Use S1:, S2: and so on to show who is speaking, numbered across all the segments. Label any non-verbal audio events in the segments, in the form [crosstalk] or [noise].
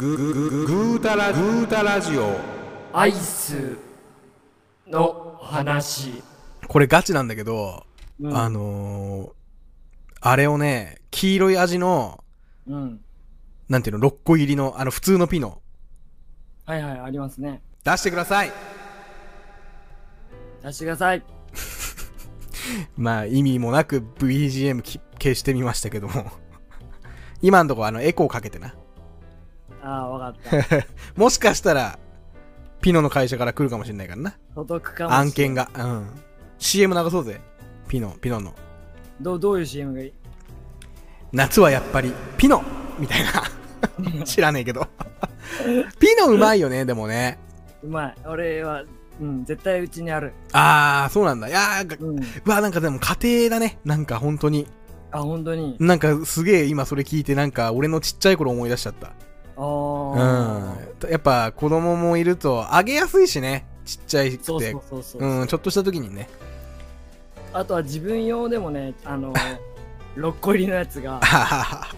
S1: ぐぐぐぐぐーたらぐーたラジオ
S2: アイスの話。
S1: これガチなんだけど、
S2: うん
S1: あのー、あれをね黄色い味の
S2: うん。
S1: なんていうの6個入りのあの普通のピノ
S2: はいはい、ありますね。
S1: 出してください
S2: 出してください。
S1: まあ意味もなく BGM き消してみましたけども [laughs] 今んとこあのエコーかけてな
S2: ああ、わかった。
S1: [laughs] もしかしたらピノの会社から来るかもしれないからな
S2: 届くかもしれない。
S1: 案件がうん CM 流そうぜピノピノの
S2: どう。どういう CM がいい
S1: 夏はやっぱりピノみたい
S2: [laughs]
S1: な知らねえけどピノうまいよねでもね
S2: うまい。俺は、うん、絶対うちにある。
S1: ああそうなんだいやーが
S2: うん。
S1: うわなんかでも家庭だねなんか本当に
S2: あ、本当に。
S1: なんかすげえ今それ聞いてなんか俺のちっちゃい頃思い出しちゃった
S2: ああ。
S1: うんやっぱ子供もいるとあげやすいしねちっちゃいくて
S2: そうそうそうそう、
S1: うんちょっとした時にね [laughs]
S2: あとは自分用でもね、
S1: [laughs]
S2: あの、6個入りのやつが
S1: あ、はは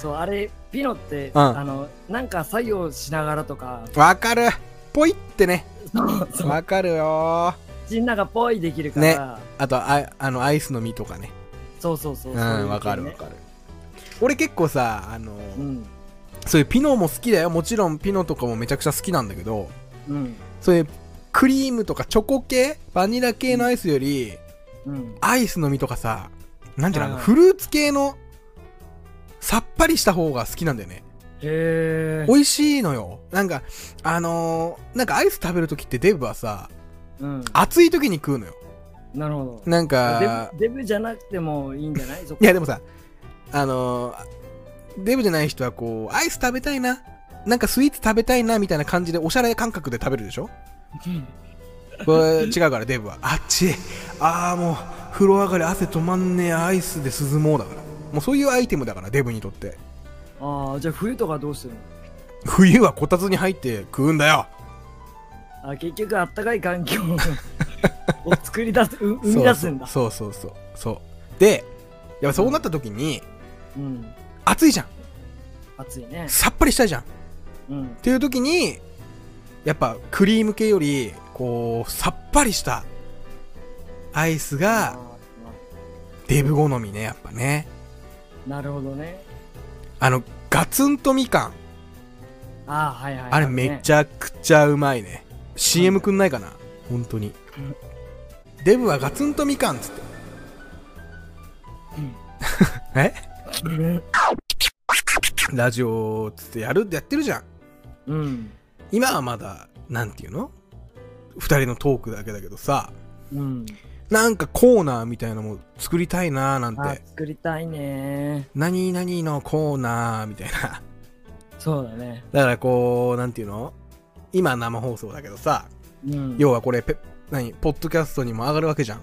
S2: そう、あれ、ピノって、
S1: ん
S2: あの、なんか作業しながらとか、
S1: わかるポイってね
S2: そう [laughs] そう、
S1: わかるよー
S2: 口の中ぽいできるから、
S1: あとああのアイスの実とかね
S2: そうそうそう。
S1: う
S2: そうい
S1: んわかる
S2: 系
S1: わ
S2: ね
S1: かる俺結構さあの、
S2: うん。
S1: そういうピノも好きだよもちろんピノとかもめちゃくちゃ好きなんだけど
S2: うん。
S1: そういうクリームとかチョコ系バニラ系のアイスより、
S2: うん。
S1: アイスの実とかさなんていうの、あの
S2: はい
S1: フルーツ系のさっぱりした方が好きなんだよね
S2: へえ。
S1: 美味しいのよなんかあのーなんかアイス食べる時ってデブはさ
S2: うん。
S1: 暑い時に食うのよ
S2: なるほど。
S1: なんか
S2: デブデブじゃなくてもいいんじゃないそこ
S1: いやでもさあのーデブじゃない人はこうアイス食べたいななんかスイーツ食べたいなみたいな感じでおしゃれ感覚で食べるでしょこれ違うからデブはあっちああもう風呂上がり汗止まんねえアイスで涼もうだからもうそういうアイテムだからデブにとって
S2: ああ、じゃあ冬とかどうしてるの
S1: 冬はこたつに入って食うんだよ
S2: あ結局あったかい環 [laughs] 境を作り出す、う生み出すんだ。
S1: そうそうそうそうそうでやっぱそうなった時に、
S2: うん。
S1: 暑いじゃん
S2: 暑いね。
S1: さっぱりしたいじゃんっ
S2: うん。
S1: ていう時にやっぱクリーム系よりこうさっぱりしたアイス
S2: あ
S1: がデブ好みねやっぱね
S2: ーなるほどね。
S1: あのガツンとみかん
S2: ああ、はいはい、
S1: あれめ
S2: ゃ。
S1: ちゃくちゃうまいね CM くんないかな本当にデブはガツンとみかんっつって [laughs] え
S2: うん
S1: ラジオっつってやるやってるじゃん
S2: うん。
S1: 今はまだなんていうの二人のトークだけだけどさ
S2: うん。
S1: なんかコーナーみたいなのも作りたいなーなん
S2: あ
S1: て
S2: 作りたいね。
S1: 何々のコーナーみたいな [laughs]
S2: そうだね。
S1: だからこうなんていうの今生放送だけどさ
S2: うん。
S1: 要はこれペ何ポッドキャストにも上がるわけじゃん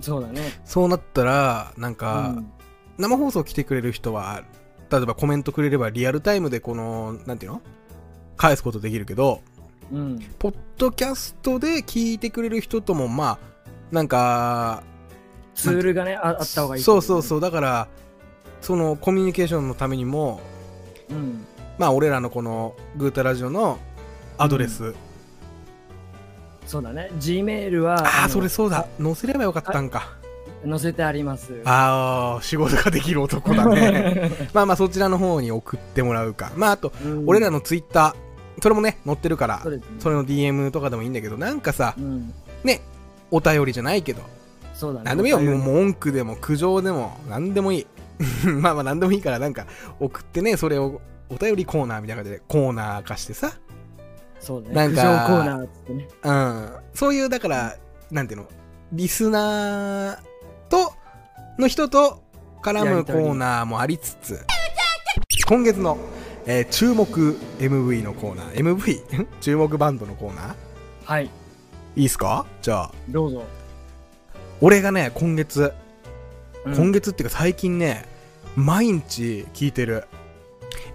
S2: そうだね。
S1: そうなったらなんか、
S2: うん
S1: 生放送来てくれる人は例えばコメントくれればリアルタイムでこのなんていうの返すことできるけど
S2: うん。
S1: ポッドキャストで聞いてくれる人ともまあなんか
S2: ツールがね、ああった方がいい、
S1: そうそう
S2: う。
S1: そうだからそのコミュニケーションのためにも
S2: うん。
S1: まあ俺らのこのグータラジオのアドレス、
S2: そうだね。Gmail は、
S1: ああ
S2: の
S1: それそうだ載せればよかったんか
S2: 載せてあります。
S1: ああ仕事ができる男だね [laughs] まあまあそちらの方に送ってもらうかまああと
S2: うん
S1: 俺らのツイッターそれもね載ってるから
S2: そうですね
S1: それの DM とかでもいいんだけどなんかさ
S2: うん。
S1: ねお便りじゃないけど
S2: そうだね。
S1: 何でもいいよ
S2: お便
S1: もう
S2: り
S1: もう文句でも苦情でも何でもいい [laughs] まあまあ何でもいいからなんか送ってねそれをお便りコーナーみたいな感じでコーナー化してさ
S2: そうだね。
S1: なんか
S2: 苦情コーナーっつってね。
S1: うんそういうだからなんていうのリスナーとの人と絡むコーナーもありつつ今月の、えー注目 MV のコーナー MV? ん [laughs] 注目バンドのコーナー
S2: はい。
S1: いいっすかじゃあ
S2: どうぞ。
S1: 俺がね今月、
S2: うん
S1: 今月っていうか最近ね毎日聴いてる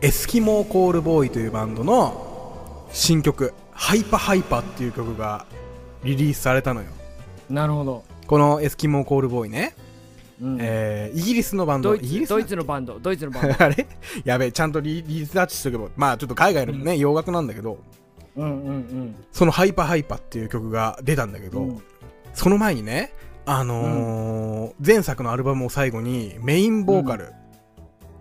S1: エスキモーコールボーイというバンドの新曲「ハイパハイパ」っていう曲がリリースされたのよ
S2: なるほど。
S1: このエスキモーコールボーイね
S2: うん
S1: えーイギリスのバンド
S3: ド
S1: イ
S3: イ
S1: ギ
S3: ツ
S1: リスの
S3: ドイツのバンドドイツのバンド
S1: [laughs] あれやべえちゃんとリリサーチしとけばまあちょっと海外のね、洋楽なんだけど
S2: うんうん
S1: その「ハイパーハイパー」っていう曲が出たんだけ
S2: う
S1: ど、
S2: ん。
S1: その前にねあのー前作のアルバムを最後にメインボーカル、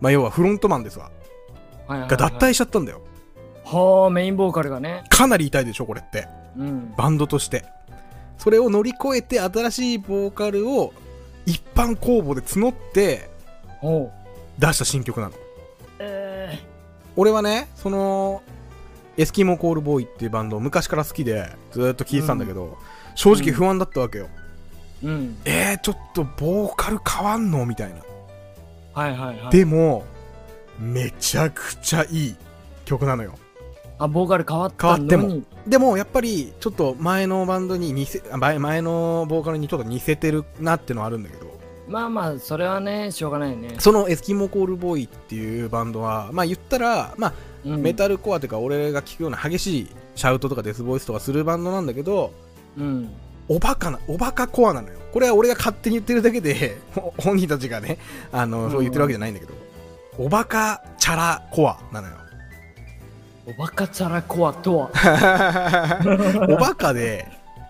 S1: まあ要はフロントマンですわ
S3: はいはいはい
S1: が脱退しちゃったんだよ
S2: はあ、メインボーカルがね。
S1: かなり痛いでしょこれって
S2: うん。
S1: バンドとしてそれを乗り越えて新しいボーカルを一般公募で募って
S2: ほう。
S1: 出した新曲なの
S2: え
S1: 俺はねそのエスキモーコールボーイっていうバンドを昔から好きでずーっと聴いてたんだけど、正直不安だったわけよ、
S2: ー、うん。
S1: えー、ちょっとボーカル変わんのみたいな
S3: はいはいはい
S1: でもめちゃくちゃいい曲なのよ
S2: あ、ボーカル変わったのに。
S1: 変わでもやっぱりちょっと前のバンドに似せあ前前のボーカルにちょっと似せてるなってのはあるんだけど
S2: まあまあ、それはね、しょうがないよね。
S1: そのエスキモーコールボーイっていうバンドはまあ言ったらまあ
S2: うん
S1: メタルコアというか俺が聴くような激しいシャウトとかデスボイスとかするバンドなんだけど
S2: うん。
S1: おバカなおバカコアなのよこれは俺が勝手に言ってるだけで [laughs] ほ本人たちがねあの、そう言ってるわけじゃないんだけどおバカチャラコアなの
S2: [laughs]
S1: よ
S2: おバカチャラコアとは。
S1: おバカで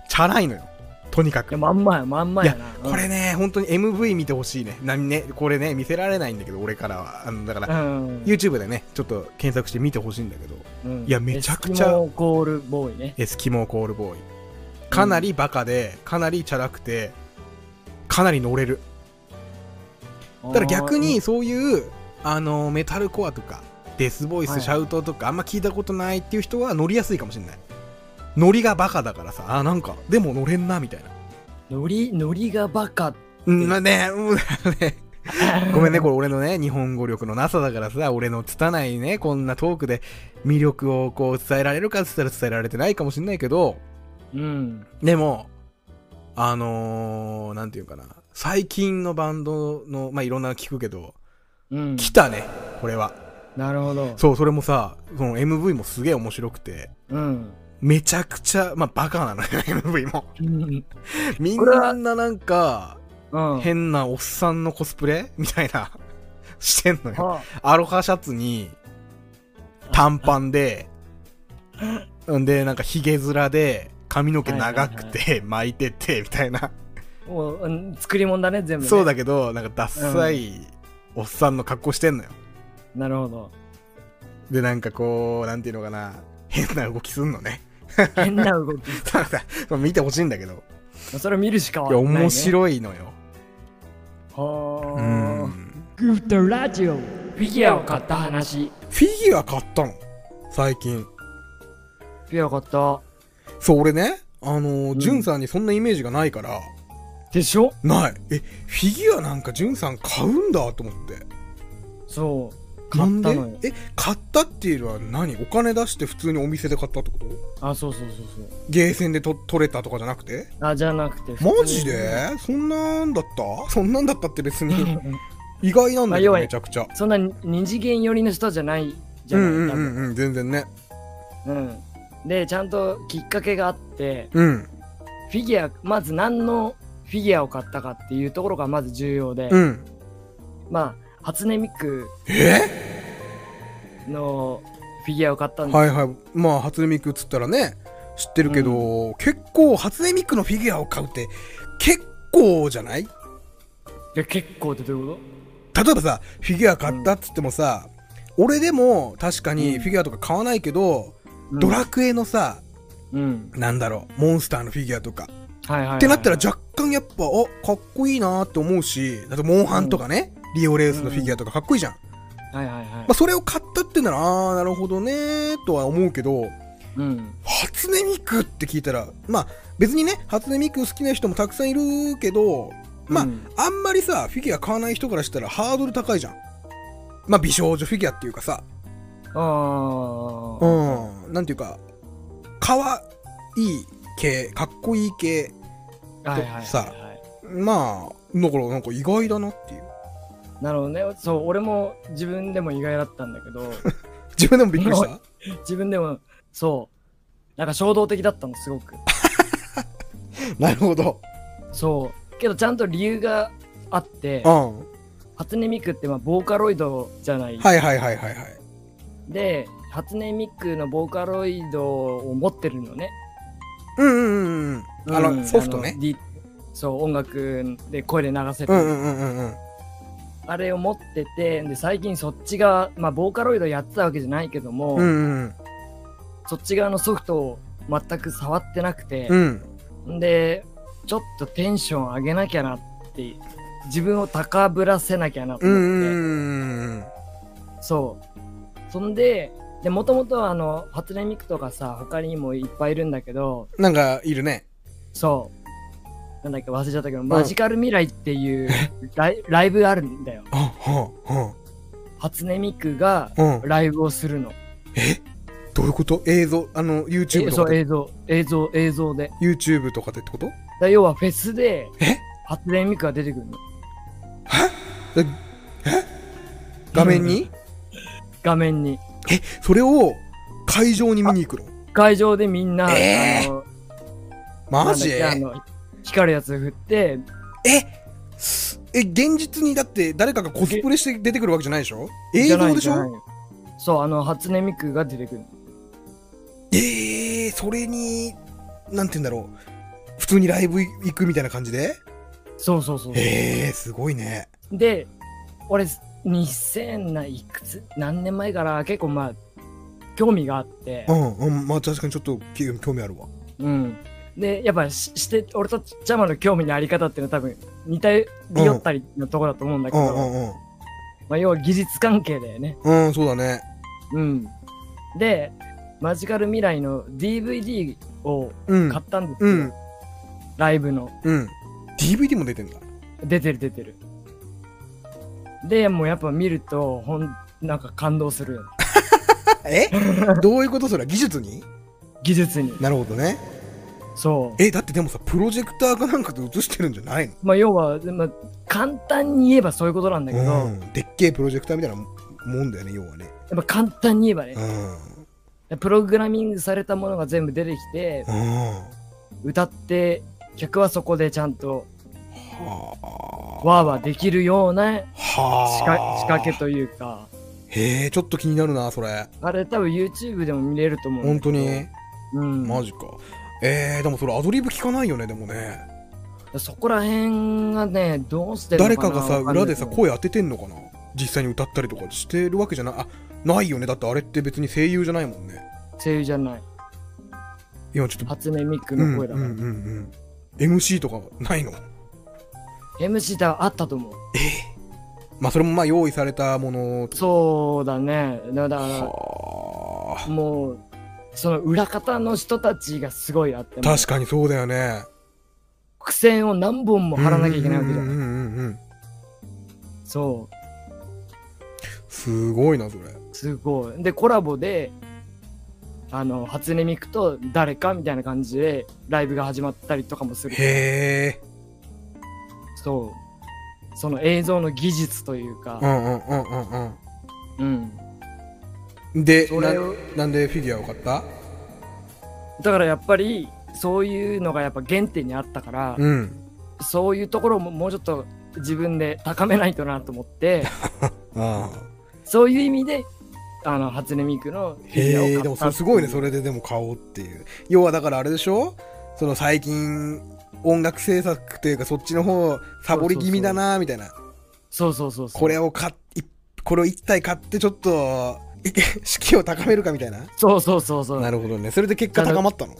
S1: チャラいのよとにか
S2: いや、
S1: く
S2: まんまや、まんまやな。
S1: これね本当に MV 見てほしいねなねこれね見せられないんだけど俺からはあのだか
S2: う
S1: ら
S2: ん。うん。
S1: YouTube でねちょっと検索して見てほしいんだけど
S2: うん
S1: いやめちゃくちゃ
S2: エスキモーゴールボーイね。
S1: エスキモーコールボーイかなりバカでかなりチャラくてかなり乗れる [laughs] だから逆にそういうあのメタルコアとかデスボイ
S2: は
S1: ス
S2: い
S1: シャウトとかあんま聞いたことないっていう人は乗りやすいかもしれない乗りがバカだからさあなんかでも乗れんなみたいな
S2: あー。ノリ、ノリがバカ。
S1: うんまあねうんねごめんねこれ俺のね日本語力のなさだからさ俺の拙いねこんなトークで魅力をこう伝えられるかっつったら伝えられてないかもしれないけど
S2: うん。
S1: でも、あのー、なんていうかな、最近のバンドの、まあ、いろんなの聞くけど、
S2: うん。
S1: 来たね、これは。
S2: なるほど。
S1: そう、それもさ、その MV もすげえ面白くて、
S2: うん。
S1: めちゃくちゃ、まあ、バカなのよ、MV [laughs] も。
S2: うん。
S1: みん
S2: これは
S1: ななんか、
S2: うん。
S1: 変なおっさんのコスプレみたいな、 [laughs] してんのよ。
S2: は
S1: アロハシャツに、短パン
S2: [laughs]
S1: で、んで、なんか、ヒゲ面で、髪の毛長くて、 [laughs] 巻いてて、みたいな。
S2: あ、もううん作り物だね、全部、ね。
S1: そうだけどなんかダッサいおっさんの格好してんのよ、
S2: なるほど。
S1: でなんかこうなんていうのかな変な動きすんのね [laughs]
S2: 変な動き。
S1: ただ見てほしいんだけど
S2: それを見るし
S1: い
S2: かは
S1: や
S2: ない、ね。
S1: 面白いのよ、
S2: は
S1: う
S2: あ。
S1: ん
S2: グッドラジオ。
S3: フィギュアを買った話
S1: フィギュア買ったの最近
S3: フィギュア買った
S1: そう俺ねあの
S2: ん
S1: ジュンさんにそんなイメージがないから、
S2: でしょ
S1: ないえフィギュアなんかジュンさん買うんだと思って
S2: そう。買
S1: な
S2: っ
S1: ん
S2: たのよ。
S1: でえ買ったっていうのは何お金出して普通にお店で買ったってこと
S2: あ、そうそうそうそう。
S1: ゲーセンでと取れたとかじゃなくて
S2: あ、じゃなくて。
S1: マジ
S2: [laughs]
S1: でそんなんだったそんなんだったって別に意外なんだけど
S2: まあ要は
S1: めちゃくちゃ
S2: そんなに二次元寄りの人じゃないじ
S1: う
S2: ゃ
S1: ん
S2: ない、
S1: うんうんうん全然ね
S2: 多分うんでちゃんときっかけがあって
S1: うん
S2: フィギュアまず何のフィギュアを買ったかっていうところがまず重要で、
S1: うん
S2: まあ初音ミク
S1: え
S2: のフィギュアを買ったんで、
S1: はいはいまあ初音ミクっつったらね知ってるけど、結構初音ミクのフィギュアを買うって結構じゃない
S2: いや結構ってどういうこ
S1: 例えばさフィギュア買ったっつってもさ、俺でも確かに
S2: うん
S1: フィギュアとか買わないけど、
S2: と
S1: ドラクエのさ
S2: うん、
S1: なんだろうモンスターのフィギュアとか、
S2: はいはいはい、
S1: ってなったら若干やっぱあかっこいいなって思うしだとモンハンとかね、リオレースのフィギュアとかかっこいいじゃん、
S2: はいはいはい
S1: まあ、それを買ったってならああなるほどねーとは思うけど
S2: うん
S1: 初音ミクって聞いたらまあ別にね初音ミク好きな人もたくさんいるけどまあ、
S2: うん
S1: あんまりさフィギュア買わない人からしたらハードル高いじゃんまあ美少女フィギュアっていうかさ
S2: あ
S1: う
S2: あ
S1: んなんていうかかわいい系かっこいい系
S2: はいはいはい、
S1: さ
S2: はい
S1: まあだからなんか意外だなっていう
S2: なるほどねそう俺も自分でも意外だったんだ
S1: [laughs]
S2: けど
S1: 自分でもびっくりした
S2: 自分でもそうなんか衝動的だったのすごく
S1: [laughs] なるほど。
S2: そうけどちゃんと理由があって
S1: うん。は
S2: 初音ミクってまあボーカロイドじゃない、
S1: いはいはいはいはい。
S2: で初音ミクのボーカロイドを持ってるのね
S1: うんうんうんうん。あ
S2: う
S1: の、
S2: ん
S1: ソフト
S2: あ
S1: ね
S2: の。D- そう音楽で声で流せる、
S1: うんうんうんうんうん。
S2: あれを持っててで最近そっちがまあボーカロイドやってたわけじゃないけども、
S1: うんうん
S2: そっち側のソフトを全く触ってなくて
S1: う、ん。
S2: でちょっとテンション上げなきゃなって自分を高ぶらせなきゃなと
S1: うんうん
S2: 思って、
S1: うんうん。
S2: そうそんででもともとあの初音ミクとかさ他にもいっぱいいるんだけど
S1: なんか、いるね。
S2: そうなんだっけ忘れちゃったけど、マジカル未来っ
S1: [laughs]
S2: ていうライライブあるんだよ
S1: あ、はあ、は
S2: 初音ミクが
S1: あ。うん。
S2: ライブをするの、
S1: どういうこと映像、あの、YouTube
S2: え
S1: と
S2: そ
S1: か
S2: う
S1: で。
S2: 映像映像映像で
S1: YouTube とかでってこと
S2: だ要はフェスで
S1: え
S2: 初音ミクが出てくるの
S1: 画面に
S2: 画面に
S1: え、それを会場に見に行くの
S2: 会場でみんな、
S1: えー
S2: あの
S1: マジ
S2: なんだっ
S1: え
S2: けあの光るやつ振って
S1: すえ、現実にだって誰かがコスプレして出てくるわけじゃないでしょ映
S2: じゃない
S1: 像でし
S2: じゃない
S1: ょ
S2: よそうあの初音ミクが出てくる
S1: えー、それに、なんて言うんだろう。普通にライブ行くみたいな感じで
S2: そうそうそう、
S1: えー、すごいね。
S2: で俺2000ないくつ何年前から結構まあ興味があって
S1: う、ん、うん、まあ確かにちょっとき興味あるわ。
S2: うん、でやっぱしして俺とちっちゃまの興味のあり方っていうのは多分似たり寄ったりのとこだと思うんだけ
S1: う
S2: ど、
S1: んうん
S2: まあ、要は技術関係だよね
S1: うん。うん、そうだね。
S2: うんでマジカル未来の DVD を
S1: うん
S2: 買。ったんですよ、
S1: うん。
S2: ライブの
S1: うん。DVD も出
S2: [laughs]
S1: てんだ。
S2: 出てる出てるでもうやっぱ見るとほんなんか感動するよね
S1: え [laughs] どういうことそれ技術に
S2: 技術に
S1: なるほどね。
S2: そ
S1: え、だってでもさ、プロジェクターかなんかで映してるんじゃないの
S2: うまあ要は、まあ、簡単に言えばそういうことなんだけど、
S1: う
S2: や
S1: ん。でっけえプロジェクターみたいなもんだよね、要はね。
S2: っぱ簡単に言えばね、
S1: うん。
S2: プログラミングされたものが全部出てきて
S1: うん。
S2: 歌って客はそこでちゃんと
S1: は
S2: わーわーできるような
S1: あ。はあ。
S2: 仕掛仕掛けというか
S1: へえ、ちょっと気になるな、それ。
S2: あれ多分 YouTube でも見れると思う
S1: 本
S2: んだ
S1: 当
S2: けど
S1: に。
S2: うん、
S1: マジか。えー、でもそれアドリブ聞かないよね、でもね。
S2: そこら辺がねどうしてるの
S1: 誰
S2: かな
S1: かがさ、
S2: わんな
S1: 裏
S2: いけ
S1: で
S2: ど
S1: さ、声当ててんのかな実際に歌ったりとかしてるわけじゃない。あ、ないよね。だってあれって別に声優じゃないもんね。
S2: 声優じゃない
S1: 今ちょっと、
S2: 初音ミク
S1: うん
S2: の
S1: うん
S2: 声
S1: う
S2: だ
S1: ん
S2: から、
S1: うん。MC とかないの
S2: MC だあったと思う
S1: まあそれもまあ用意されたもの
S2: そうだねだか
S1: はあ
S2: らもうその裏方の人たちがすごいあってもう
S1: 確かにそうだよね。
S2: 苦戦を何本も張らなきゃいけないわけじゃ
S1: うんんうんうんうんうん。
S2: そ
S1: すごいな、それ。
S2: うすごいでコラボであの初音ミクと誰かみたいな感じでライブが始まったりとかもする
S1: へえ。
S2: そうその映像の技術という
S1: う
S2: か
S1: んうんうんうん
S2: うん
S1: うん。で、
S2: そ
S1: な
S2: れを
S1: なんでフィギュアを買った
S2: だからやっぱりそういうのがやっぱ原点にあったから、
S1: うん。
S2: そういうところももうちょっと自分で高めないとなと思って、
S1: ああ。
S2: そういう意味で、あの、初音ミクのフィギュアを買
S1: へ
S2: っ
S1: え
S2: た
S1: でもそれすごいねそ
S2: れ。
S1: れででも買おうっていう要はだからあれでしょその最近音楽制作というかそっちの方サボり気味だなみたいな
S2: そうそうそうそう。
S1: これを買っいこれを一体買ってちょっと [laughs] い士気を高めるかみたいな
S2: そうそうそうそ
S1: な
S2: う。
S1: るほどねそれで結果高まったの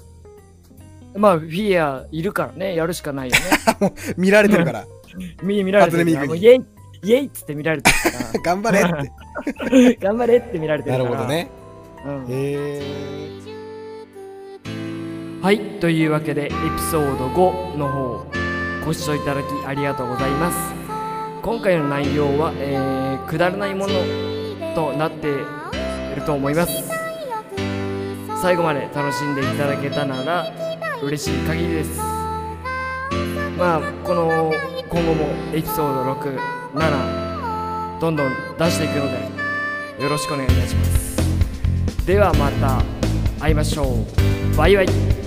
S2: まあ、フィギュアいるからね、やるしかないよ
S1: [laughs]
S2: ね。
S1: 見られてるから
S2: 見見られてるから。
S1: 初音
S2: もう
S1: ミ
S2: イエイイエイっつって見られてるか
S1: 頑張れっ
S2: ら。頑張れって見られ
S1: て
S2: て
S1: [laughs]
S2: る
S1: な
S2: か
S1: る
S2: ら。
S1: ほど。ね
S2: うん、
S1: へえ
S2: はい、というわけで、エピソード5の方、ご視聴いただきありがとうございます。今回の内容は、えー、くだらないものとなっていると思います最後まで楽しんでいただけたなら嬉しい限りですまあこの今後もエピソード67どんどん出していくのでよろしくお願いいたしますではまた会いましょうバイバイ